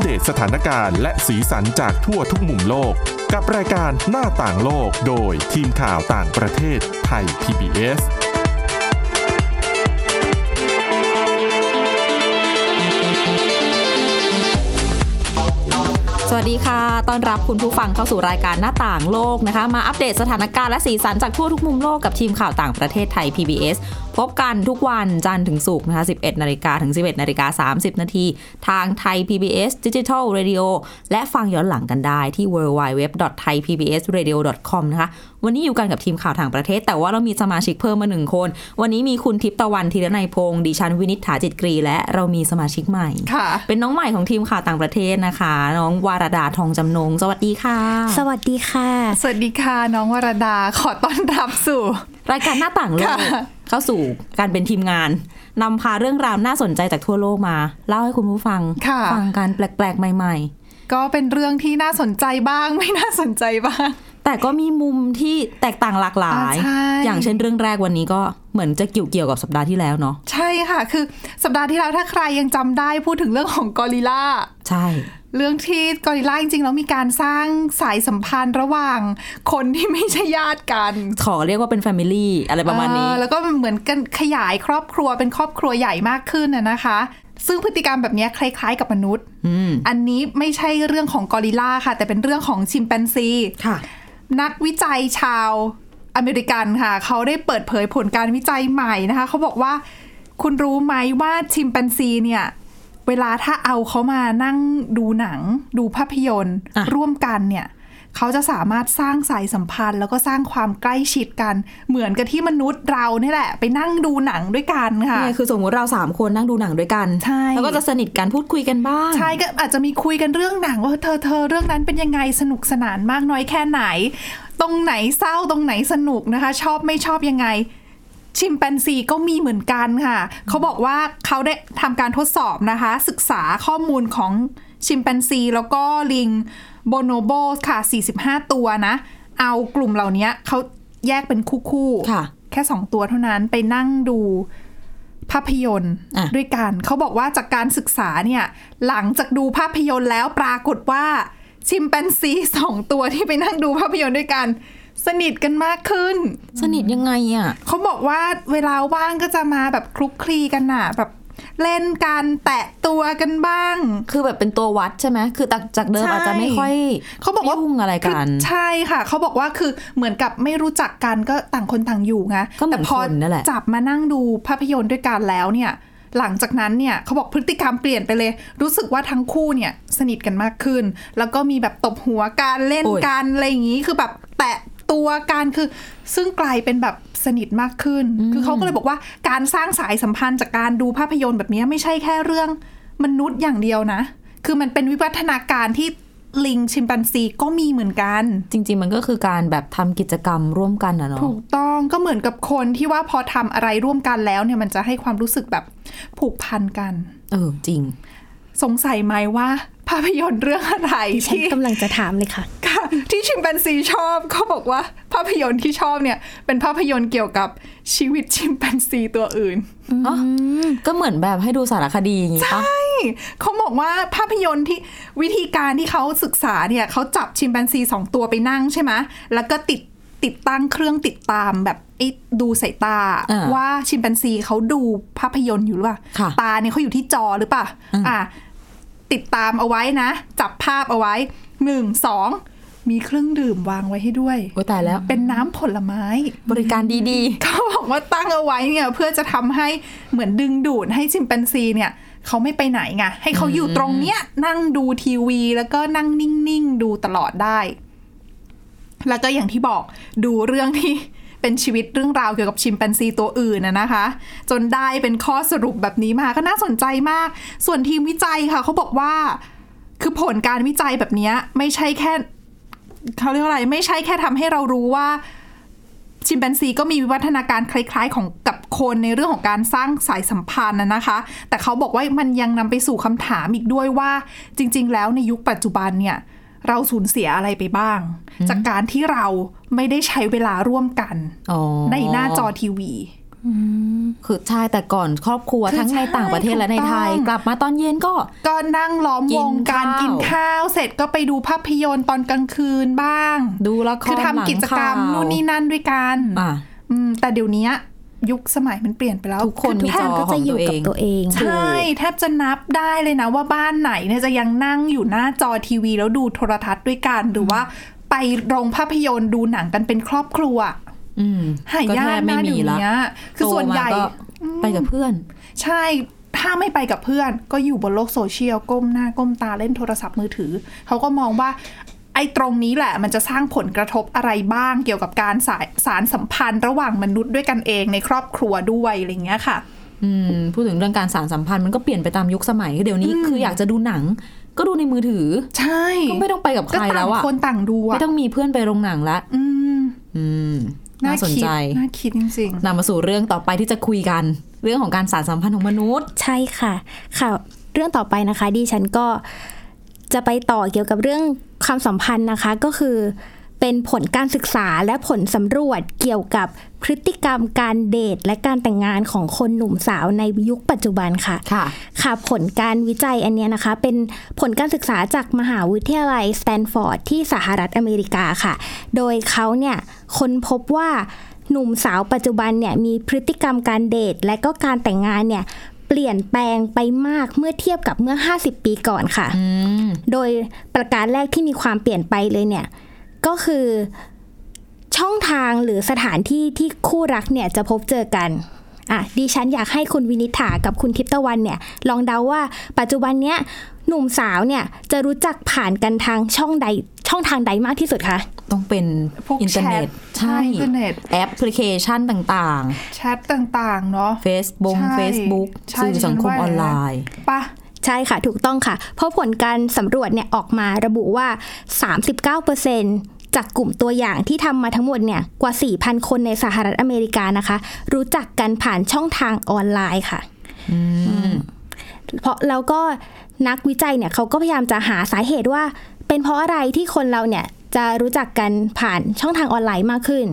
เดตสถานการณ์และสีสันจากทั่วทุกมุมโลก กับรายการหน้าต่างโลกโดยทีมข่าวต่างประเทศไทย PBS สวัสดีค่ะ ต้อนรับคุณผู้ฟังเข้าสู่รายการหน้าต่างโลกนะคะ มาอัปเดตสถานการณ์และสีสันจากทั่วทุกมุมโลกกับทีมข่าวต่างประเทศไทย PBS พบกันทุกวันจันทร์ถึงศุกร์นะคะ 11 นาฬิกาถึง 11 นาฬิกา 30 นาที ทางไทย PBS Digital Radio และฟังย้อนหลังกันได้ที่ www.thaipbsradio.com นะคะ วันนี้อยู่กันกับทีมข่าวต่างประเทศ แต่ว่าเรามีสมาชิกเพิ่มมาหนึ่งคน วันนี้มีคุณทิพย์ตะวันธีรนัยพงศ์ดิฉันวินิษฐาจิตกรี และเรามีสมาชิกใหม่ ค่ะ เป็นน้องใหม่ของทีมข่าวต่างประเทศนะคะ น้องวารดาทองจำนง สวัสดีค่ะ สวัสดีค่ะ สวัสดีค่ะน้องวรดาขอต้อนรับสู่ รายการหน้าต่างโลก ค่ะ เข้าสู่การเป็นทีมงานนำพาเรื่องราวน่าสนใจจากทั่วโลกมา เล่าให้คุณผู้ฟัง ค่ะ ฟังกันแปลกๆ ใหม่ ก็เป็นเรื่องที่น่าสนใจบ้าง ไม่น่าสนใจบ้าง ๆ แต่ก็มีมุมที่แตกต่างหลากหลาย อ่าใช่ อย่างเช่นเรื่องแรกวันนี้ก็เหมือนจะเกี่ยวเกี่ยวๆกับสัปดาห์ที่แล้วเนาะ ใช่ค่ะ คือสัปดาห์ที่แล้วถ้าใครยังจำได้พูดถึงเรื่องของกอริลลา ใช่ เรื่องที่กอริลลาจริงๆแล้วมีการสร้างสายสัมพันธ์ระหว่างคนที่ไม่ใช่ญาติกัน ขอเรียกว่าเป็นแฟมิลี่อะไรประมาณนี้ เออแล้วก็เหมือนกันขยายครอบครัวเป็นครอบครัวใหญ่มากขึ้นน่ะนะคะ ซึ่งพฤติกรรมแบบเนี้ยคล้าย ๆ กับมนุษย์ อืม อันนี้ไม่ใช่เรื่องของกอริลลาค่ะ แต่เป็นเรื่องของชิมแปนซี ค่ะ นักวิจัยชาวอเมริกันค่ะ เขาได้เปิดเผยผลการวิจัยใหม่นะคะ เขาบอกว่า คุณรู้ไหมว่าชิมแปนซีเนี่ย เวลาถ้าเอาเขามานั่งดูหนัง ดูภาพยนตร์ อ่ะ ร่วมกันเนี่ย เขาจะสามารถสร้างสายสัมพันธ์ แล้วก็สร้างความใกล้ชิดกัน เหมือนกับที่มนุษย์เราเนี่ยแหละ ไปนั่งดูหนังด้วยกันค่ะ เนี่ยคือสมมติเราสามคนนั่งดูหนังด้วยกัน ใช่ แล้วก็จะสนิทกันพูดคุยกันบ้าง ใช่ก็อาจจะมีคุยกันเรื่องหนังว่าเธอเธอเรื่องนั้นเป็นยังไงสนุกสนานมากน้อยแค่ไหน ตรงไหนเศร้าตรงไหนสนุกนะคะ ชอบไม่ชอบยังไง ชิมแปนซีก็มีเหมือนกันค่ะ เขาบอกว่าเขาได้ทำการทดสอบนะคะ ศึกษาข้อมูลของชิมแปนซีแล้วก็ลิงโบโนโบค่ะ 45 ตัวนะ เอากลุ่มเหล่านี้เขาแยกเป็นคู่ๆ ค่ะ แค่ 2 ตัวเท่านั้นไปนั่งดู ภาพยนตร์ อ่ะ ด้วยกันเขาบอกว่าจากการศึกษาเนี่ยหลังจากดูภาพยนตร์แล้วปรากฏว่า ชิมแปนซี สองตัวที่ไปนั่งดูภาพยนตร์ด้วยกัน สนิทกันมากขึ้น สนิทยังไงอ่ะ เขาบอกว่าเวลาว่างก็จะมาแบบคลุกคลีกันน่ะแบบเล่นกันแตะตัวกันบ้าง คือแบบเป็นตัววัดใช่ไหม คือจากจากเดิม ใช่ อาจจะไม่ค่อย เขาบอกว่า ยุ่งอะไร คื กัน ใช่ค่ะ เขาบอกว่าคือเหมือนกับไม่รู้จักกันก็ต่างคนต่างอยู่ไง ก็เหมื แต่ อน พอ คนนั่นแหละ จับมานั่งดูภาพยนตร์ด้วยกันแล้วเนี่ย หลังจากนั้นเนี่ยเขาบอกพฤติกรรมเปลี่ยนไปเลย รู้สึกว่าทั้งคู่เนี่ยสนิทกันมากขึ้น แล้วก็มีแบบตบหัวกันเล่นกันอะไรอย่างนี้คือแบบแตะตัวกันคือ ซึ่งกลายเป็นแบบสนิทมากขึ้น คือเขาก็เลยบอกว่าการสร้างสายสัมพันธ์จากการดูภาพยนตร์แบบนี้ไม่ใช่แค่เรื่องมนุษย์อย่างเดียวนะ คือมันเป็นวิวัฒนาการที่ลิงชิมแปนซีก็มีเหมือนกัน จริง ๆ มันก็คือการแบบทำกิจกรรมร่วมกันนะเนาะ ถูกต้องก็เหมือนกับคนที่ว่าพอทำอะไรร่วมกันแล้วเนี่ยมันจะให้ความรู้สึกแบบผูกพันกัน เออ จริง สงสัยไหมว่า ภาพยนตร์เรื่องอะไร ฉัน ที่ กำลังจะถามเลยค่ะ ค่ะที่ชิมแปนซีชอบเขาบอกว่า ภาพยนตร์ที่ชอบเนี่ย เป็นภาพยนตร์เกี่ยวกับชีวิตชิมแปนซีตัวอื่น อ๋อ ก็เหมือนแบบให้ดูสารคดีอย่างงี้ปะ เขาบอกว่าภาพยนตร์ที่วิธีการที่เขาศึกษาเนี่ยเขาจับชิมแปนซีสองตัวไปนั่งใช่ไหมแล้วก็ติดติดตั้งเครื่องติดตามแบบไอ้ดูสายตา อ่า ว่าชิมแปนซีเขาดูภาพยนตร์อยู่หรือเปล่า ค่ะ ตาเนี่ยเขาอยู่ที่จอหรือเปล่าอ่า ติดตามเอาไว้นะ จับภาพเอาไว้หนึ่งสองมีเครื่องดื่มวางไว้ให้ด้วย โอ้ตายแล้ว เป็นน้ำผลไม้ บริการดี เขา บอกว่าตั้งเอาไว้เนี่ยเพื่อจะทำให้เหมือนดึงดูดให้ชิมแปนซีเนี่ยเขาไม่ไปไหนไงให้เขาอยู่ตรงเนี้ยนั่งดูทีวี แล้วก็นั่งนิ่งๆดูตลอดได้ แล้วก็อย่างที่บอกดูเรื่องที่ เป็นชีวิตเรื่องราวเกี่ยวกับชิมแปนซีตัวอื่นนะนะคะ จนได้เป็นข้อสรุปแบบนี้มาก็น่าสนใจมาก ส่วนทีมวิจัยค่ะเขาบอกว่า คือผลการวิจัยแบบเนี้ยไม่ใช่แค่เขาเรียกว่าอะไร ไม่ใช่แค่ทำให้เรารู้ว่า ชิมแปนซีก็มีวิวัฒนาการคล้ายๆ ของกับคนในเรื่องของการสร้างสายสัมพันธ์นะนะคะ แต่เขาบอกว่ามันยังนำไปสู่คำถามอีกด้วยว่า จริง ๆ แล้วในยุคปัจจุบันเนี่ย เราสูญเสียอะไรไปบ้าง จากการที่เราไม่ได้ใช้เวลาร่วมกัน ๆ อ๋อ ในหน้าจอทีวี คือใช่แต่ก่อนครอบครัว คือ ทั้งใน ใช่ ต่างประเทศและในไทย ถูกต้อง กลับมาตอนเย็นก็ ก็นั่งล้อมวงการ กิ กิ น น ข้าว ข้าว เสร็จก็ไปดูภาพยนตร์ตอนกลางคืนบ้าง ดูละคร คือทำกิจกรรม หลังข่าว นู่นนี่นั่นด้วยกัน อ่ะ อืมแต่เดี๋ยวนี้ยุคสมัยมันเปลี่ยนไปแล้ว ทุกคน อ มี แท จ บ อ ก็จะอยู่กับตัวเอง ใช่แทบจะนับได้เลยนะว่าบ้านไหนเนี่ยจะยังนั่งอยู่หน้าจอทีวีแล้วดูโทรทัศน์ด้วยกันหรือว่าไปโรงภาพยนตร์ดูหนังกันเป็นครอบครัว อืม หาย ก็แท ยาก บไม่ นะ มี เดี๋ยว ละ นี้คือส่วนใหญ่ โตมาก็ไปกับเพื่อน ใช่ ถ้าไม่ไปกับเพื่อนก็อยู่บนโลกโซเชียล ก้มหน้าก้มตาเล่นโทรศัพท์มือถือ เขาก็มองว่า ไอ้ตรงนี้แหละ มันจะสร้างผลกระทบอะไรบ้างเกี่ยวกับการสายสารสัมพันธ์ระหว่างมนุษย์ด้วยกันเองในครอบครัวด้วยอะไรอย่างเงี้ยค่ะ อืมพูดถึงเรื่องการสารสัมพันธ์มันก็เปลี่ยนไปตามยุคสมัยเดี๋ยวนี้คืออยากจะดูหนัง ก็ดูในมือถือ ใช่ ก็ไม่ต้องไปกับใค ก็ ร ต่าง แล้วอะ คนต่างดูอะ ไม่ต้องมีเพื่อนไปโรงหนังละ อืม อืม น่าสน คิด ใจ น่าคิดจริง นำมาสู่เรื่องต่อไปที่จะคุยกัน เรื่องของการสารสัมพันธ์ของมนุษย์ ใช่ค่ะ ข่าวเรื่องต่อไปนะคะ ดิฉันก็จะไปต่อเกี่ยวกับเรื่องความสัมพันธ์นะคะ ก็คือ เป็นผลการศึกษาและผลสำรวจเกี่ยวกับพฤติกรรมการเดทและการแต่งงานของคนหนุ่มสาวในยุคปัจจุบันค่ะ ค่ะ ค่ะผลการวิจัยอันเนี้ยนะคะ เป็นผลการศึกษาจากมหาวิทยาลัยสแตนฟอร์ดที่สหรัฐอเมริกาค่ะ โดยเขาเนี่ยค้นพบว่าหนุ่มสาวปัจจุบันเนี่ยมีพฤติกรรมการเดท และก็การแต่งงานเนี่ยเปลี่ยนแปลงไปมากเมื่อเทียบกับเมื่อ 50 ปีก่อนค่ะ อืม โดยประการแรกที่มีความเปลี่ยนไปเลยเนี่ย ก็คือช่องทางหรือสถานที่ที่คู่รักเนี่ยจะพบเจอกัน อ่ะดิฉันอยากให้คุณวินิษฐากับคุณทิพย์ตะวันเนี่ย ลองเดาว่าปัจจุบันเนี้ยหนุ่มสาวเนี่ยจะรู้จักผ่านกันทางช่องใดช่องทางใดมากที่สุดคะ ต้องเป็น พวก อินเทอร์เน็ต แชท ใช่ ใช่อินเทอร์เน็ต แอปพลิเคชันต่าง ๆ แชทต่างๆ เนาะ ๆ Facebook ใช่ Facebook ใช่ สื่อสังคมออนไลน์ ปะ ใช่ค่ะ ถูกต้องค่ะ เพราะผลการสำรวจเนี่ยออกมาระบุว่า 39%จากกลุ่มตัวอย่างที่ทำมาทั้งหมดเนี่ยกว่า 4,000 คนในสหรัฐอเมริกานะคะ รู้จักกันผ่านช่องทางออนไลน์ค่ะ เพราะแล้วก็นักวิจัยเนี่ยเขาก็พยายามจะหาสาเหตุว่า เป็นเพราะอะไรที่คนเราเนี่ยจะรู้จักกันผ่านช่องทางออนไลน์มากขึ้น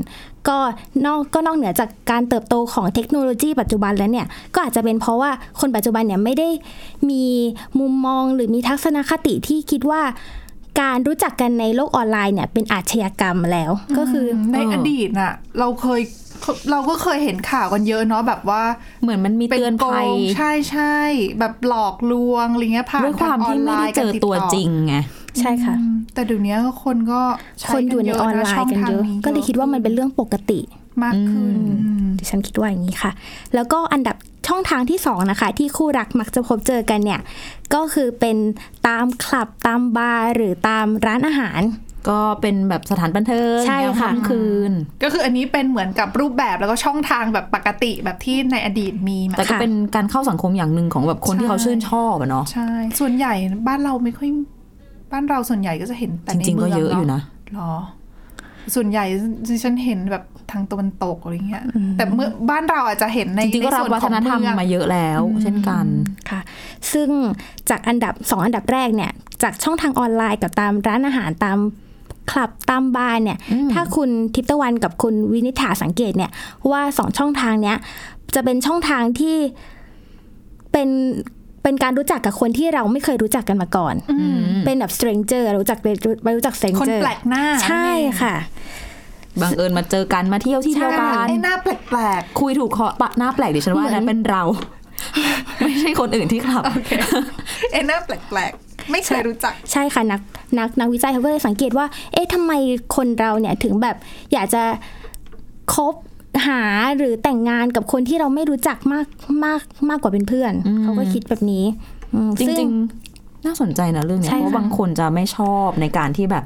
ก็นอกก็นอกเหนือจากการเติบโตของเทคโนโลยีปัจจุบันแล้วเนี่ยก็อาจจะเป็นเพราะว่าคนปัจจุบันเนี่ยไม่ได้มีมุมมองหรือมีทัศนคติที่คิดว่า การรู้จักกันในโลกออนไลน์เนี่ยเป็นอาชญากรรมแล้ว ก็คือ ใน เอออ อดีตน่ะ เราเคยเราก็เคยเห็นข่าวกันเยอะเนาะแบบว่า เหมือนมันมี เป็น เตือน โก ภัย งใช่ใช่แบบหลอกลวงอะไรเงี้ยผ่าน ด้วยความ ทง ที่ไม่ได้ น เจอ การ ตัว ดต่อ จริงไง ใช่ค่ะ อืมแต่เดี๋ยวนี้คนก็ใช้ คนอยู่ใน กั ออน เยะะ ไล ช่ น์กัน ทาง เยอะ ก็เลยคิดว่ามันเป็นเรื่องปกติ มากขึ้น อืม อืม ดิฉันคิดว่าอย่างนี้ค่ะ แล้วก็อันดับช่องทางที่สองนะคะ ที่คู่รักมักจะพบเจอกันเนี่ย ก็คือเป็นตามคลับตามบาร์หรือตามร้านอาหาร ก็เป็นแบบสถานบันเทิง ใช่ ยาม ค่ะ ค่ำคืน ก็คืออันนี้เป็นเหมือนกับรูปแบบแล้วก็ช่องทางแบบปกติแบบที่ในอดีตมีมา แต่ก็ ค่ะ เป็นการเข้าสังคมอย่างหนึ่งของแบบคนที่เขาชื่นชอบอะเนาะ ใช่ ส่วนใหญ่บ้านเราไม่ค่อยบ้านเราส่วนใหญ่ก็จะเห็นแต่ จ ใน ริง ๆ เมื ก็ อง เยอะอยู่ เนาะ นะ หรอ ส่วนใหญ่ดิฉันเห็นแบบทางตะวันตกอะไรเงี้ย แต่เมื่อบ้านเราอาจจะเห็นใน จริงๆก็ ใน รับ ส่วน วั ข ฒ อง นธรรม เมือง มาเยอะแล้ว เช่นกัน ค่ะ ซึ่งจากอันดับสองอันดับแรกเนี่ย จากช่องทางออนไลน์กับตามร้านอาหารตามคลับตามบาร์เนี่ย ถ้าคุณทิพย์ตะวันกับคุณวินิษฐาสังเกตเนี่ย ว่าสองช่องทางเนี้ยจะเป็นช่องทางที่เป็นเป็นการรู้จักกับคนที่เราไม่เคยรู้จักกันมาก่อน อืม เป็นแบบ stranger รู้จักเป็นรู้จัก stranger คนแปลกหน้า ใช่ค่ะ บังเอิญมาเจอกันมาเที่ยวที่ ใช่ เดียวกัน ไอ้หน้าแปลก คุยถูกคอปะหน้าแปลกดิฉันว่าอันนั้นเป็น เรา ไม่ใช่คนอื่นที่ขับ ๆไอ้หน้าแปลกๆ ไม่เคยรู้จัก ใช่ค่ะ นักนักนักวิจัยเขาก็เลยสังเกตว่า เอ๊ะทำไมคนเราเนี่ยถึงแบบอยากจะคบหาหรือแต่งงานกับคนที่เราไม่รู้จักมากมากมากกว่าเป็นเพื่อน เขาก็คิดแบบนี้อืม จ ซึ่ ริงๆ น่าสนใจนะเรื่องเนี้ย ใช่ เพราะ ค่ะ บางคนจะไม่ชอบในการที่แบบ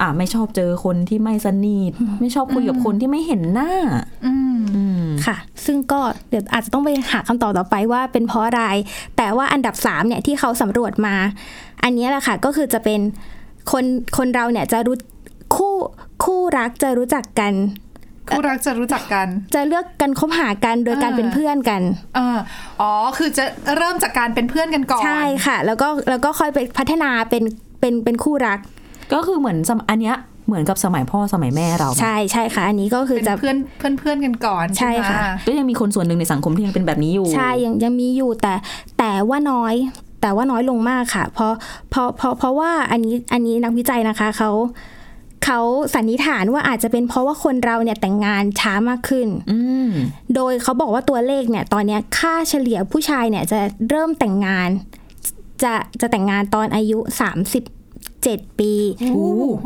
อ่าไม่ชอบเจอคนที่ไม่สนิทไม่ชอบคุยกับคนที่ไม่เห็นหน้า อืม อืม ค่ะ ซึ่งก็เดี๋ยวอาจจะต้องไปหาคำตอบต่อไปว่าเป็นเพราะอะไร แต่ว่าอันดับ3เนี่ยที่เขาสำรวจมา อันนี้แหละค่ะก็คือจะเป็นคนคนเราเนี่ยจะรู้คู่คู่รักจะรู้จักกัน คู่รักจะรู้จักกัน จะเลือกกันคบหากันโดยการ อ่า เป็นเพื่อนกัน เอออ๋อ คือจะเริ่มจากการเป็นเพื่อนกันก่อน ใช่ค่ะ แล้วก็แล้วก็ค่อยไปพัฒนาเป็นเป็นเป็นคู่รัก ก็คือเหมือนสมอันเนี้ย เหมือนกับสมัยพ่อสมัยแม่เรา ใช่ใช่ค่ะ อันนี้ก็คือ เป็น จะ เพื่อนเพื่อนเพื่อนกันก่อน ใช่ ไหม ค่ะ ก็ยังมีคนส่วนหนึ่งในสังคมที่ยังเป็นแบบนี้อยู่ ใช่ยังยังมีอยู่แต่แต่ว่าน้อย แต่ว่าน้อยลงมากค่ะ เพราะเพราะเพราะเพราะว่าอันนี้อันนี้นักวิจัยนะคะเขาเขาสันนิษฐานว่าอาจจะเป็นเพราะว่าคนเราเนี่ยแต่งงานช้ามากขึ้น อืม โดยเขาบอกว่าตัวเลขเนี่ยตอนเนี้ยค่าเฉลี่ยผู้ชายเนี่ยจะเริ่มแต่งงาน จะจะแต่งงานตอนอายุ 37 ปี โอ้โห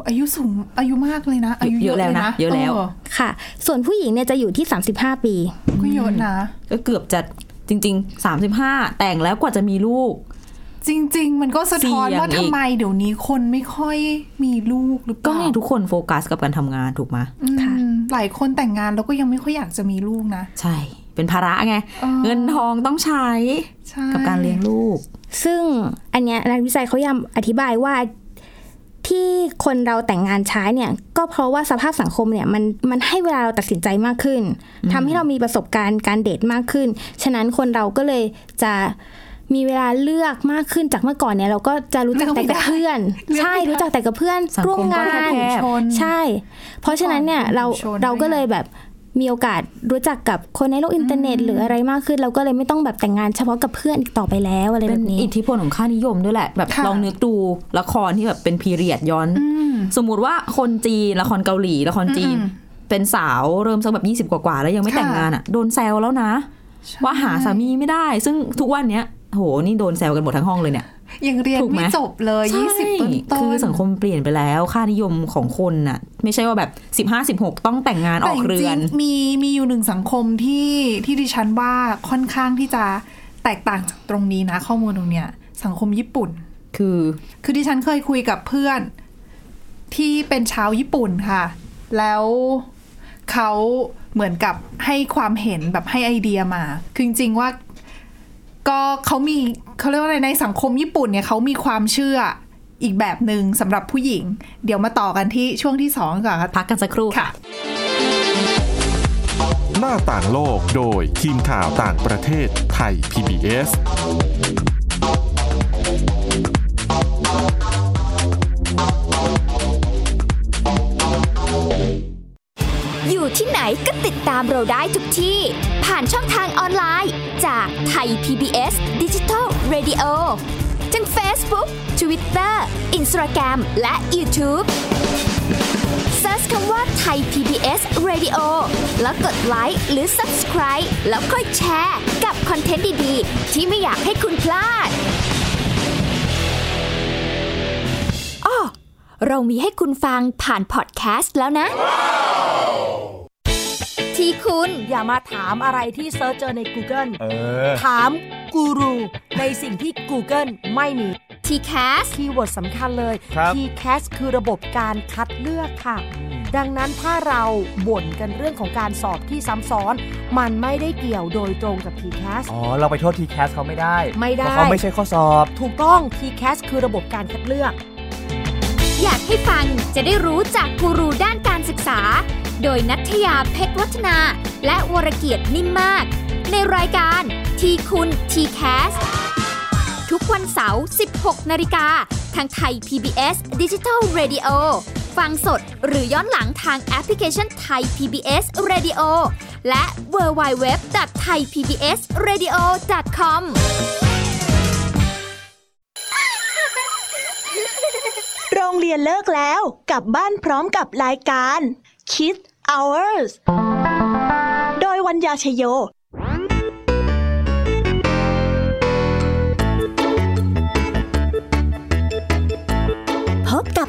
อายุสูงอายุมากเลยนะ อายุ เย เย อะ อะ แล้ เล วยนะ นะ เยอะแล้ว ค่ะ ส่วนผู้หญิงเนี่ยจะอยู่ที่ 35 ปี เออก็เยอะนะ ก็เกือบจะจริง ๆ 35 แต่งแล้วกว่าจะมีลูก จริง ๆ มันก็สะท้อน เสี่ยง ว่า อี ทำ ก ไมเดี๋ยวนี้คนไม่ค่อยมีลูกหรือเป ก็ ล่า เนี่ยทุกคนโฟกัสกับการทำงานถูกไหม อืม ค่ะ หลายคนแต่งงานแล้วก็ยังไม่ค่อยอยากจะมีลูกนะ ใช่ เป็นภาระไง ออ เงินทองต้องใช้ ใช่ กับการเลี้ยงลูก ซึ่งอันเนี้ยนักวิจัยเขายังอธิบายว่าที่คนเราแต่งงานช้าเนี่ย ก็เพราะว่าสภาพสังคมเนี่ยมันมันให้เวลาเราตัดสินใจมากขึ้นทำให้เรามีประสบการณ์การเดทมากขึ้น ฉะนั้นคนเราก็เลยจะมีเวลาเลือกมากขึ้นจากเมื่อก่อนเนี่ย เราก็จะรู้จักแต่กับเพื่อน ใช่รู้จักแต่กับเพื่อน สังคม ร่วมงา ก็ น แคบ ชน ใช่ เพราะฉะนั้นเนี่ยเรา ชุมชน เราก็ ด้วยนะ เลยแบบมีโอกาสรู้จักกับคนในโลกอินเทอร์เน็ต หรืออะไรมากขึ้น เราก็เลยไม่ต้องแบบแต่งงานเฉพาะกับเพื่อนอีกต่อไปแล้วอะไร เป็ แบ น บนี้ อิทธิพลของค่านิยมด้วยแหละ แบบ ค่ะ ลองนึกดูละครที่แบบเป็นพีเรียดย้อน อืม สมมุติว่าคนจีนละครเกาหลีละครจีน อืม เป็นสาวเริ่มสักแบบ20 กว่าๆแล้วยังไม่ ค่ะ แต่งงานอ่ะโดนแซวแล้วนะ ใช่ ว่าหาสามีไม่ได้ ซึ่งทุกวันเนี้ยโหนี่โดนแซวกันหมดทั้งห้องเลยเนี่ย ยังเรียน ถูกไหม ไม่จบเลย ใช่ ยี่สิบต้นๆ คือสังคมเปลี่ยนไปแล้ว ค่านิยมของคนน่ะ ไม่ใช่ว่าแบบ 15 16 ต้องแต่งงานอ แต่ อก จ เรื ริ อง น ๆมีมีอยู่หนึ่งสังคมที่ที่ดิฉันว่าค่อนข้างที่จะแตกต่างจากตรงนี้นะ ข้อมูลตรงเนี้ย สังคมญี่ปุ่น คือ คือดิฉันเคยคุยกับเพื่อนที่เป็นชาวญี่ปุ่นค่ะ แล้วเขาเหมือนกับให้ความเห็นแบบให้ไอเดียมา คือจริงๆว่าก็เขามีเขาเรียกว่าอะไรในสังคมญี่ปุ่นเนี่ยเขามีความเชื่ออีกแบบหนึ่งสำหรับผู้หญิง เดี๋ยวมาต่อกันที่ช่วงที่สองก่อนค่ะ พักกันสักครู่ ค่ะ หน้าต่างโลกโดยทีมข่าวต่างประเทศไทย PBS อยู่ที่ไหนก็ติดตามเราได้ทุกที่ ผ่านช่องทางออนไลน์ จากไทย PBS Digital Radio ทั้ง Facebook Twitter Instagram และ YouTube Search คำว่าไทย PBS Radio แล้วกดไลค์หรือ Subscribe แล้วค่อยแชร์ กับคอนเทนต์ดีๆ ที่ไม่อยากให้คุณพลาดอ้อเรามีให้คุณฟังผ่านพอดแคสต์แล้วนะ ที่คุณ อย่ามาถามอะไรที่เซิร์ชเจอใน Google เออ ถามกูรูในสิ่งที่ Google ไม่มี t c a s คีย์เวิร์ดสำคัญเลย ครับ T-CAS คือระบบการคัดเลือกค่ะ ดังนั้นถ้าเราบ่นกันเรื่องของการสอบที่ซ้ำซ้อน มันไม่ได้เกี่ยวโดยตรงกับ T-CAS อ๋อ เราไปโทษทีแคสเขาไม่ได้ ไม่ได้ เพราะเขาไม่ใช่ข้อสอบ ถูกต้อง T-CAS คือระบบการคัดเลือก อยากให้ฟังจะได้รู้จากกูรูด้านการศึกษา โดยนัทยาเพชรวัฒนา และวรเกียดนิ่มมาก ในรายการทีคุณ t c a s สทุกวันเสาร์ 16 นาฬิกา ทางไทย PBS Digital Radio ฟังสดหรือย้อนหลังทางแอปพลิเคชันไทย PBS Radio และ w w w t h a i PBS Radio com โรงเรียนเลิกแล้วกลับบ้านพร้อมกับรายการ Kids Hours โดยวัญญาชยโย พบกับ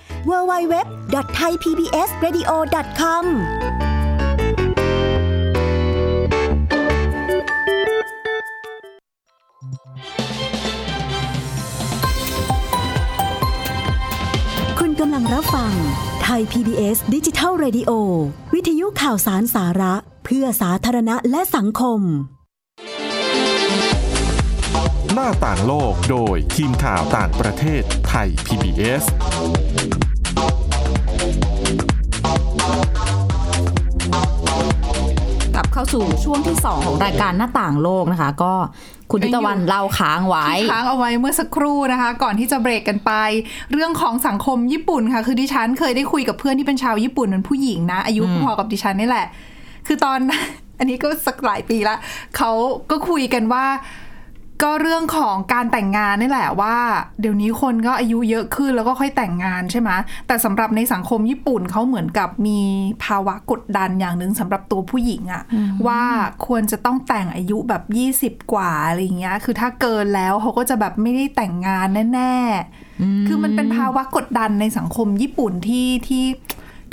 www.thaipbsradio.com คุณกำลังรับฟังไท ย PBS ดิจิทัล Radio วิทยุข่าวสารสาระ เพื่อสาธารณะและสังคม หน้าต่างโลกโดยทีมข่าวต่างประเทศไทย PBS กลับเข้าสู่ช่วงที่ 2 ของรายการหน้าต่างโลกนะคะ ก็คุณทิตวันเล่าค้างไว้ ที่ค้างเอาไว้เมื่อสักครู่นะคะ ก่อนที่จะเบรกกันไป เรื่องของสังคมญี่ปุ่นค่ะ คือดิฉันเคยได้คุยกับเพื่อนที่เป็นชาวญี่ปุ่นเป็นผู้หญิงนะ อายุพอๆกับดิฉันนี่แหละ คือตอน อันนี้ก็สักหลายปีละเขาก็คุยกันว่า ก็เรื่องของการแต่งงานนี่แหละว่า เดี๋ยวนี้คนก็อายุเยอะขึ้นแล้วก็ค่อยแต่งงานใช่ไหมแต่สำหรับในสังคมญี่ปุ่นเขาเหมือนกับมีภาวะกดดันอย่างหนึ่งสำหรับตัวผู้หญิงอะว่าควรจะต้องแต่งอายุแบบ 20 กว่าอะไรอย่างเงี้ย คือถ้าเกินแล้วเขาก็จะแบบไม่ได้แต่งงานแน่ๆคือมันเป็นภาวะกดดันในสังคมญี่ปุ่นที่ที่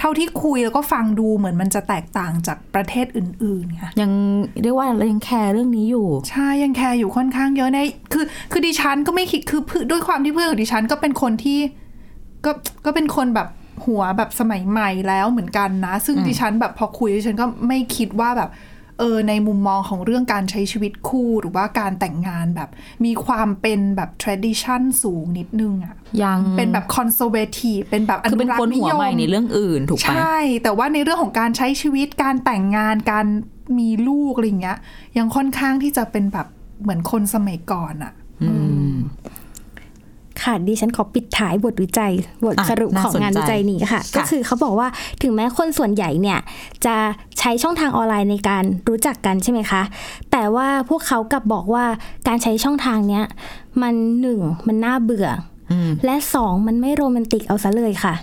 เท่าที่คุยแล้วก็ฟังดูเหมือนมันจะแตกต่างจากประเทศอื่นๆไง ยังเรียกว่าเรายังแคร์เรื่องนี้อยู่ ใช่ยังแคร์อยู่ค่อนข้างเยอะในคือ คือดิฉันก็ไม่คิดคือเพื่อนด้วยความที่เพื่อนของดิฉันก็เป็นคนที่ก็ก็เป็นคนแบบหัวแบบสมัยใหม่แล้วเหมือนกันนะ ซึ่งดิฉันแบบพอคุยดิฉันก็ไม่คิดว่าแบบเออในมุมมองของเรื่องการใช้ชีวิตคู่หรือว่าการแต่งงานแบบ มีความเป็นแบบ tradition สูงนิดนึงอะ ยัง เป็นแบบ conservative เป็นแบบ คือเป็น รักษ์ คนหัว ม ใหม่ในเรื่องอื่นถูกไหม ใช่ แต่ว่าในเรื่องของการใช้ชีวิตการแต่งงานการมีลูกอะไรอย่างเงี้ย ยังค่อนข้างที่จะเป็นแบบเหมือนคนสมัยก่อนอะ อืม ค่ะดิฉันขอปิดท้ายบทวิจัย บท อ่ะ สรุป น่า ของ สนใจ งานวิจัยนี้ค่ะ ค่ะ ก็คือเขาบอกว่าถึงแม้คนส่วนใหญ่เนี่ยจะใช้ช่องทางออนไลน์ในการรู้จักกันใช่ไหมคะ แต่ว่าพวกเขากลับบอกว่าการใช้ช่องทางเนี้ยมันหนึ่งมันน่าเบื่ออและสองมันไม่โรแมนติกเอาซะเลยค่ะ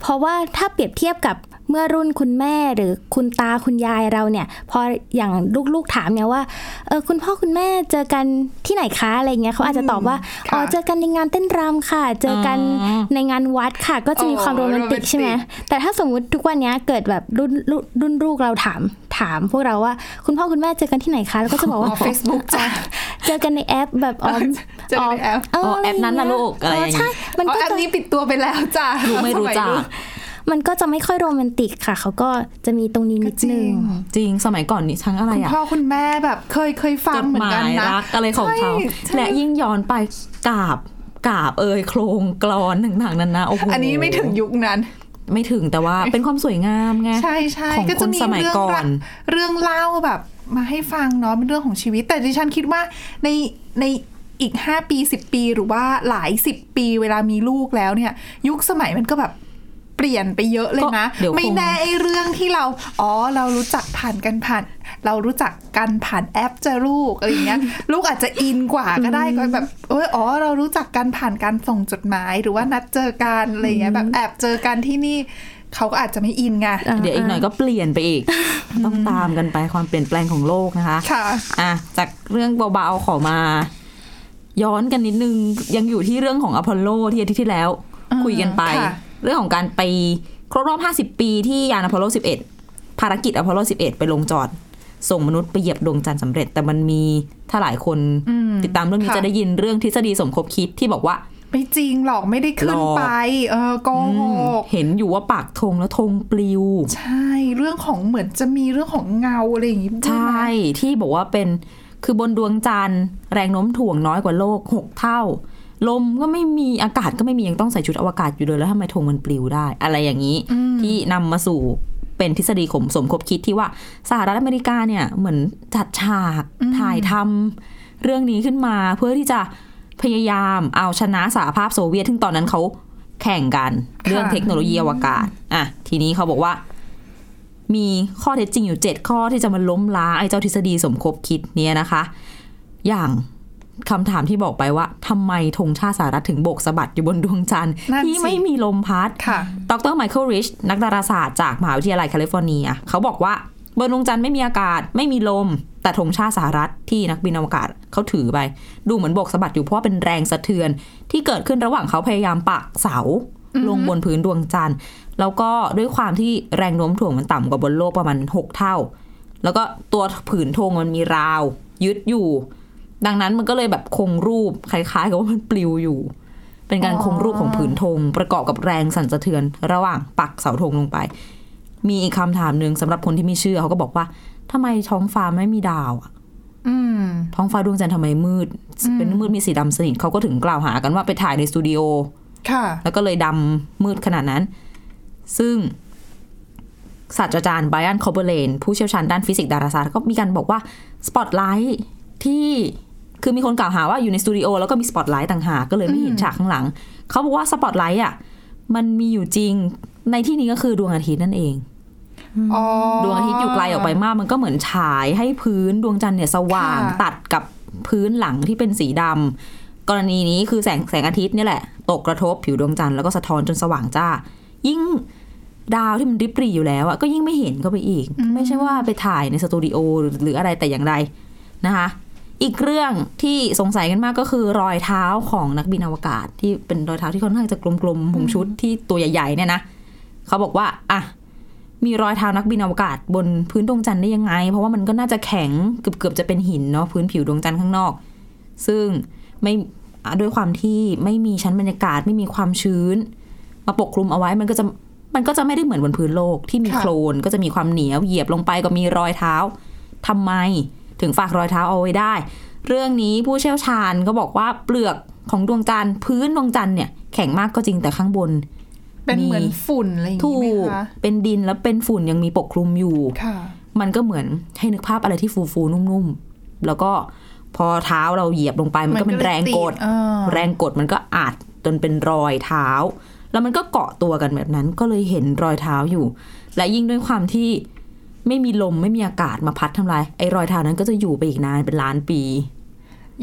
เพราะว่าถ้าเปรียบเทียบกับเมื่อรุ่นคุณแม่หรือคุณตาคุณยายเราเนี่ย พออย่างลูกๆถามเนี่ยว่าเออคุณพ่อคุณแม่เจอกันที่ไหนคะอะไรเงี้ยเขาอาจจะตอบว่าอ๋อเจอกันในงานเต้นรำค่ะ เจอกันในงานวัดค่ะ ก็จะมีความโรแมนติกใช่ไหมแต่ถ้าสมมุติทุกวันเนี้ยเกิดแบบรุ่นรุ่นรุ่นลูกเราถามถามพวกเราว่าคุณพ่อคุณแม่เจอกันที่ไหนคะแล้วก็จะบอก อ ว่า อเฟซบุ๊กจ้ะ เจอกันในแอปแบบออม เจอกันในแอป เ อ๋อแอปนั้นน่ะลูกอะไรอย่างเงี้ย ใช่มัน อ๋อ ก็ แอป จะ นี้ปิดตัวไปแล้วจ้ะ รู้ไม่รู้จัก มันก็จะไม่ค่อยโรแมนติกค่ะ เขาก็จะมีตรงนี้นิด จริ นึ ง ง จริงสมัยก่อนนี่ทั้งอะไร คุณ อะ พ่อคุณแม่แบบเคยเคยฟั จดงเหมื ห อน มา กัน ย นะ รักอะไรของเขา ใช่ และยิ่งย้อนไปกราบกราบเอ่ยโครงกรอนต่างๆนั้นนะโอ้โห อันนี้ไม่ถึงยุคนั้น ไม่ถึงแต่ ว่าเป็นความสวยงามไง ใช่ใช่ ของ ก็จะ คน มี สมัย เรื่อง ก่อน รัเรื่องเล่าแบบ มาให้ฟังเนาะเป็นเรื่องของชีวิต แต่ดิฉันคิดว่าในในอีก 5 ปี 10 ปีหรือว่าหลาย 10 ปีเวลามีลูกแล้วเนี่ย ยุคสมัยมันก็แบบเปลี่ยนไปเยอะเลยนะ ก็เดี๋ยวคง ไม่แน่ไอ้เรื่องที่เรา อ๋อเรารู้จักผ่านกันผ่าน เรารู้จักกันผ่านแอปจะลูกอะไรอย่างเงี้ย ลูกอาจจะอินกว่าก็ได้ก็แบบเอยอ๋อเรารู้จักกันผ่านการส่งจดหมายหรือว่านัดเจอกันอะไรอย่างเงี้ยแบบแอบเจอกันที่นี่เขาก็อาจจะไม่อินไง เดี๋ยวอีกหน่อยก็เปลี่ยนไปอีก ต้องตามกันไปความเปลี่ยนแปลงของโลกนะคะ ค่ะ อ่ะจากเรื่องเบาๆขอมา ย้อนกันนิดนึง ยังอยู่ที่เรื่องของอพอลโลที่อาทิตย์ที่แล้ว อืม คุยกันไป ค่ะ เรื่องของการไปครบรอบ 50 ปีที่ยานอพอลโล 11 ภารกิจอพอลโล 11 ไปลงจอด ส่งมนุษย์ไปเหยียบดวงจันทร์สำเร็จ แต่มันมีถ้าหลายคน อืม ติดตามเรื่องนี้ ค่ะ จะได้ยินเรื่องทฤษฎีสมคบคิดที่บอกว่า ไม่จริงหรอกไม่ได้ขึ้น หรอก ไป เออโก อื ห ม ก เห็นอยู่ว่าปากธงแล้วธงปลิว ใช่เรื่องของเหมือนจะมีเรื่องของเงาอะไรอย่างงี้ด้วยนะ ใช่ที่บอกว่าเป็นคือบนดวงจันทร์แรงโน้มถ่วงน้อยกว่าโลก 6 เท่า ลมก็ไม่มีอากาศก็ไม่มียังต้องใส่ชุดอวกาศอยู่เลยแล้วทำไมธงมันปลิวได้ อะไรอย่างนี้ ที่นำมาสู่เป็นทฤษฎีขมสมคบคิดที่ว่าสหรัฐอเมริกาเนี่ยเหมือนจัดฉากถ่ายทำเรื่องนี้ขึ้นมาเพื่อที่จะพยายามเอาชนะสหภาพโซเวียตซึ่งตอนนั้นเขาแข่งกันเรื่องเทคโนโลยีอวกาศอ่ะทีนี้เขาบอกว่า มีข้อเท็จจริงอยู่ 7 ข้อที่จะมาล้มล้างไอ้เจ้าทฤษฎีสมคบคิดเนี้ยนะคะ อย่างคำถามที่บอกไปว่าทำไมธงชาติสหรัฐถึงโบกสะบัดอยู่บนดวงจันทร์ นั่น ที่ไม่ สิ มีลมพัด ค่ะ ดรไมเคิลริช นักดาราศาสตร์จากมหาวิทยาลัยแคลิฟอร์เนีย เขาบอกว่าบนดวงจันทร์ไม่มีอากาศ ไม่มีลม แต่ธงชาติสหรัฐที่นักบินอวกาศเขาถือไป ดูเหมือนโบกสะบัดอยู่เพราะว่าเป็นแรงสะเทือน ที่เกิดขึ้นระหว่างเขาพยายามปักเสา ลงบนพื้นดวงจันทร์ แล้วก็ด้วยความที่แรงโน้มถ่วงมันต่ำกว่าบนโลกประมาณ 6 เท่า แล้วก็ตัวผืนธงมันมีราว ยึดอยู่ ดังนั้นมันก็เลยแบบคงรูปคล้ายๆกับว่ามันปลิวอยู่ เป็นการคงรูปของผืนธงประกอบกับแรงสั่นสะเทือน ระหว่างปักเสาธงลงไป มีอีกคำถามหนึ่งสำหรับคนที่ไม่เชื่อเขาก็บอกว่าทำไมท้องฟ้าไม่มีดาวอะ อืม ท้องฟ้าดวงจันทร์ทำไมมืด เป็นมืดมีสีดำสนิทเขาก็ถึงกล่าวหากันว่าไปถ่ายในสตูดิโอ ค่ะ แล้วก็เลยดำมืดขนาดนั้น ซึ่งศาสตราจารย์ไบรอันคอเบอร์เลนผู้เชี่ยวชาญด้านฟิสิกส์ดาราศาสตร์ก็มีการบอกว่าสปอตไลท์ที่คือมีคนกล่าวหาว่าอยู่ในสตูดิโอแล้วก็มีสปอตไลท์ต่างหากก็เลยไม่เห็นฉากข้างหลัง เขาบอกว่าสปอตไลท์อ่ะมันมีอยู่จริงในที่นี้ก็คือดวงอาทิตย์นั่นเอง อ๋อ ดวงอาทิตย์อยู่ไกลออกไปมากมันก็เหมือนฉายให้พื้นดวงจันทร์เนี่ยสว่าง ค่ะ ตัดกับพื้นหลังที่เป็นสีดำกรณีนี้คือแสงแสงอาทิตย์เนี่ยแหละ ตกกระทบผิวดวงจันทร์แล้วก็สะท้อนจนสว่างจ้า ยิ่งดาวที่มันริบหรี่อยู่แล้วอะก็ยิ่งไม่เห็นก็ไปอีก อืม ไม่ใช่ว่าไปถ่ายในสตูดิโอหรือหรืออะไรแต่อย่างใดนะคะ อีกเรื่องที่สงสัยกันมากก็คือรอยเท้าของนักบินอวกาศ ที่เป็นรอยเท้าที่ค่อนข้างจะกลมๆผงชุดที่ตัวใหญ่ๆเนี่ยนะเขาบอกว่าอ่ะ มีรอยเท้านักบินอวกาศบนพื้นดวงจันทร์ได้ยังไง เพราะว่ามันก็น่าจะแข็งเกือบเกือบๆจะเป็นหินเนาะพื้นผิวดวงจันทร์ข้างนอก ซึ่งไม่อ่ะด้วยความที่ไม่มีชั้นบรรยากาศไม่มีความชื้น มาปกคลุมเอาไว้มันก็จะมันก็จะไม่ได้เหมือนบนพื้นโลกที่มี ค่ะ โคลนก็จะมีความเหนียวเหยียบลงไปก็มีรอยเท้าทำไมถึงฝากรอยเท้าเอาไว้ได้ เรื่องนี้ผู้เชี่ยวชาญก็บอกว่าเปลือกของดวงจันทร์พื้นดวงจันทร์เนี่ยแข็งมากก็จริงแต่ข้างบน เป็นเหมือน มี ฝุ่นอะไรอย่าง ถู งี้ไหม ก คะ เป็นดินแล้วเป็นฝุ่นยังมีปกคลุมอยู่ ค่ะ มันก็เหมือนให้นึกภาพอะไรที่ฟูฟูๆนุ่มๆ แล้วก็พอเท้าเราเหยียบลงไป มันก็เป็นแรงกด อ่า แรงกดมันก็อาจจนเป็นรอยเท้า แล้วมันก็เกาะตัวกันแบบนั้นก็เลยเห็นรอยเท้าอยู่ และยิ่งด้วยความที่ไม่มีลมไม่มีอากาศมาพัดทำลายไอ้รอยเท้านั้นก็จะอยู่ไปอีกนานเป็นล้านปี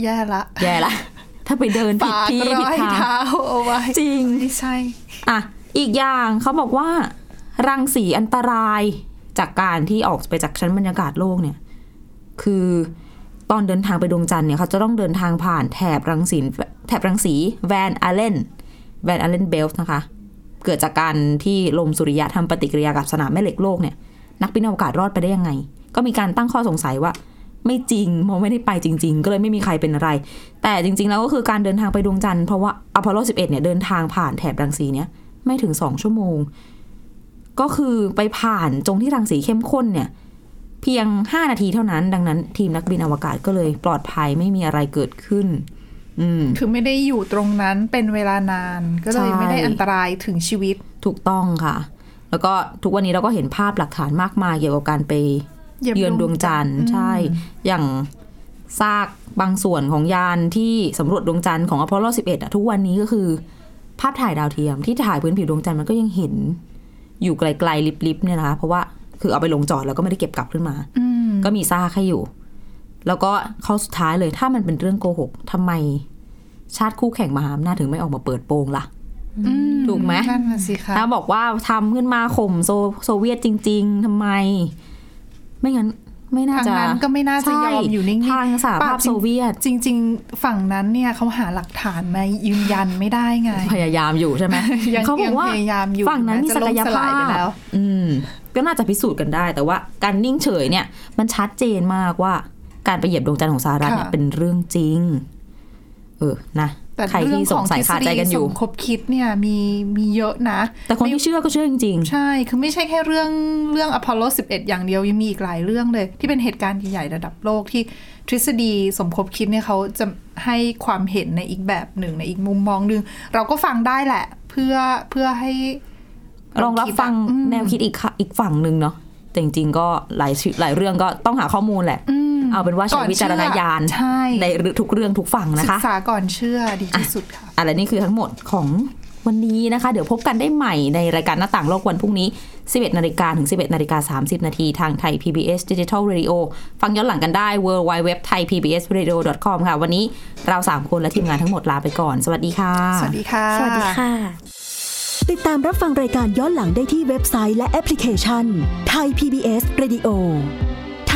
แย่ละ แย่ละ ถ้าไปเดินผิด ฝาก ที่ ร ผิด อย ทาง เท้าเอาไว้ จริง ไม่ใช่ อ่ะ อีกอย่างเขาบอกว่า รังสีอันตรายจากการที่ออกไปจากชั้นบรรยากาศโลกเนี่ย คือตอนเดินทางไปดวงจันทร์เนี่ยเขาจะต้องเดินทางผ่านแถบรังสีแถบรังสีแวนอาเลนแวนอาเลนเบลส์นะคะ เกิดจากการที่ลมสุริยะทำปฏิกิริยากับสนามแม่เหล็กโลกเนี่ย นักบินอวกาศรอดไปได้ยังไง ก็มีการตั้งข้อสงสัยว่า ไม่จริงมองไม่ได้ไปจริง ๆ ก็เลยไม่มีใครเป็นอะไร แต่จริง ๆ แล้วก็คือการเดินทางไปดวงจันทร์เพราะว่าอพอลโล 11 เนี่ยเดินทางผ่านแถบรังสีเนี่ย ไม่ถึงสองชั่วโมง ก็คือไปผ่านตรงที่รังสีเข้มข้นเนี่ย เพียง 5 นาทีเท่านั้น ดังนั้นทีมนักบินอวกาศก็เลยปลอดภัยไม่มีอะไรเกิดขึ้น อืม คือไม่ได้อยู่ตรงนั้นเป็นเวลานานก็เลย ใช่ ไม่ได้อันตรายถึงชีวิต ถูกต้องค่ะ แล้วก็ทุกวันนี้เราก็เห็นภาพหลักฐานมากมายเกี่ยวกับการไป เยือนดวงจันทร์ใช่ อย่างซากบางส่วนของยานที่สำรวจดวงจันทร์ของอพอลโล 11อะทุกวันนี้ก็คือ ภาพถ่ายดาวเทียมที่ถ่ายพื้นผิวดวงจันทร์มันก็ยังเห็น อยู่ไกลๆลิบๆเนี่ยนะคะเพราะว่าคือเอาไปลงจอดแล้วก็ไม่ได้เก็บกลับขึ้นมา อืม ก็มีซากให้อยู่ แล้วก็ข้อสุดท้ายเลยถ้ามันเป็นเรื่องโกหกทำไม ชาติคู่แข่งมหาอำนาจถึงไม่ออกมาเปิดโปงล่ะ อื ถูกไหม นั่นน่ะสิคะ ถ้าบอกว่าทำขึ้นมาข่มโซโซเวียตจริง ๆทำไม ไม่งั้นไม่น่า ทาง จะ นั้นก็ไม่น่าจะ ใช่ ยอมอยู่นิ่งๆ ทางสหภาพ ปะ โซเวียต จริง ๆ ฝั่งนั้นเนี่ยเขาหาหลักฐานมายืนยันไม่ได้ไง พยายามอยู่ใช่ไหม ยัง เขาบอกว่า พยายามอยู่ ฝั่งนั้นมีศักย แม้จะล่มส ภา ลาย พ ไปแล้ว อืม ก็น่าจะพิสูจน์กันได้ แต่ว่าการนิ่งเฉยเนี่ย มันชัดเจนมากว่า การไปเหยียบดวงจันทร์ของสหรัฐเนี่ย ค่ะ เป็นเรื่องจริง เออนะ แต่ ใคร เรื่อง ที่ส ของ ง สัย ทฤษ คาใจ ฎี กันอ ส ยู่ มคบคิดเนี่ยมีมีเยอะนะ แต่คนที่เชื่อก็เชื่อจริง ใช่ คือไม่ใช่แค่เรื่องเรื่องอพอลโล 11 อย่างเดียว ยังมีอีกหลายเรื่องเลย ที่เป็นเหตุการณ์ใหญ่ๆระดับโลกที่ทฤษฎีสมคบคิดเนี่ยเขาจะให้ความเห็นในอีกแบบหนึ่งในอีกมุมมองหนึ่งเราก็ฟังได้แหละ เพื่อเพื่อให้ ๆ ลองรับฟัง อืม แนวคิดอีกค่ะอีกฝั่งหนึ่งเนาะแต่จริงๆก็หลายชื่อหลายเรื่องก็ต้องหาข้อมูลแหละ อืม เอาเป็นว่าใช้วิจารณญาณ ใช่ ในทุกเรื่องทุกฝั่งนะ ศึ คะ กษาก่อนเชื่อดีที่สุดค่ะ อะไรนี่คือทั้งหมดของวันนี้นะคะ เดี๋ยวพบกันได้ใหม่ในรายการหน้าต่างโลกวันพรุ่งนี้ 11 นาฬิกาถึง 11 นาฬิกา 30 นาทีทางไทย PBS Digital Radio ฟังย้อนหลังกันได้ w w w t h a i p b s r a d i o c o m ค่ะ วันนี้เรา 3 คนและทีมงานทั้งหมดลาไปก่อน สวัสดีค่ะ สวัสดีค่ะ สวัสดีค่ะ ติดตามรับฟังรายการย้อนหลังได้ที่เว็บไซต์และแอปพลิเคชันไทย PBS Radio ไท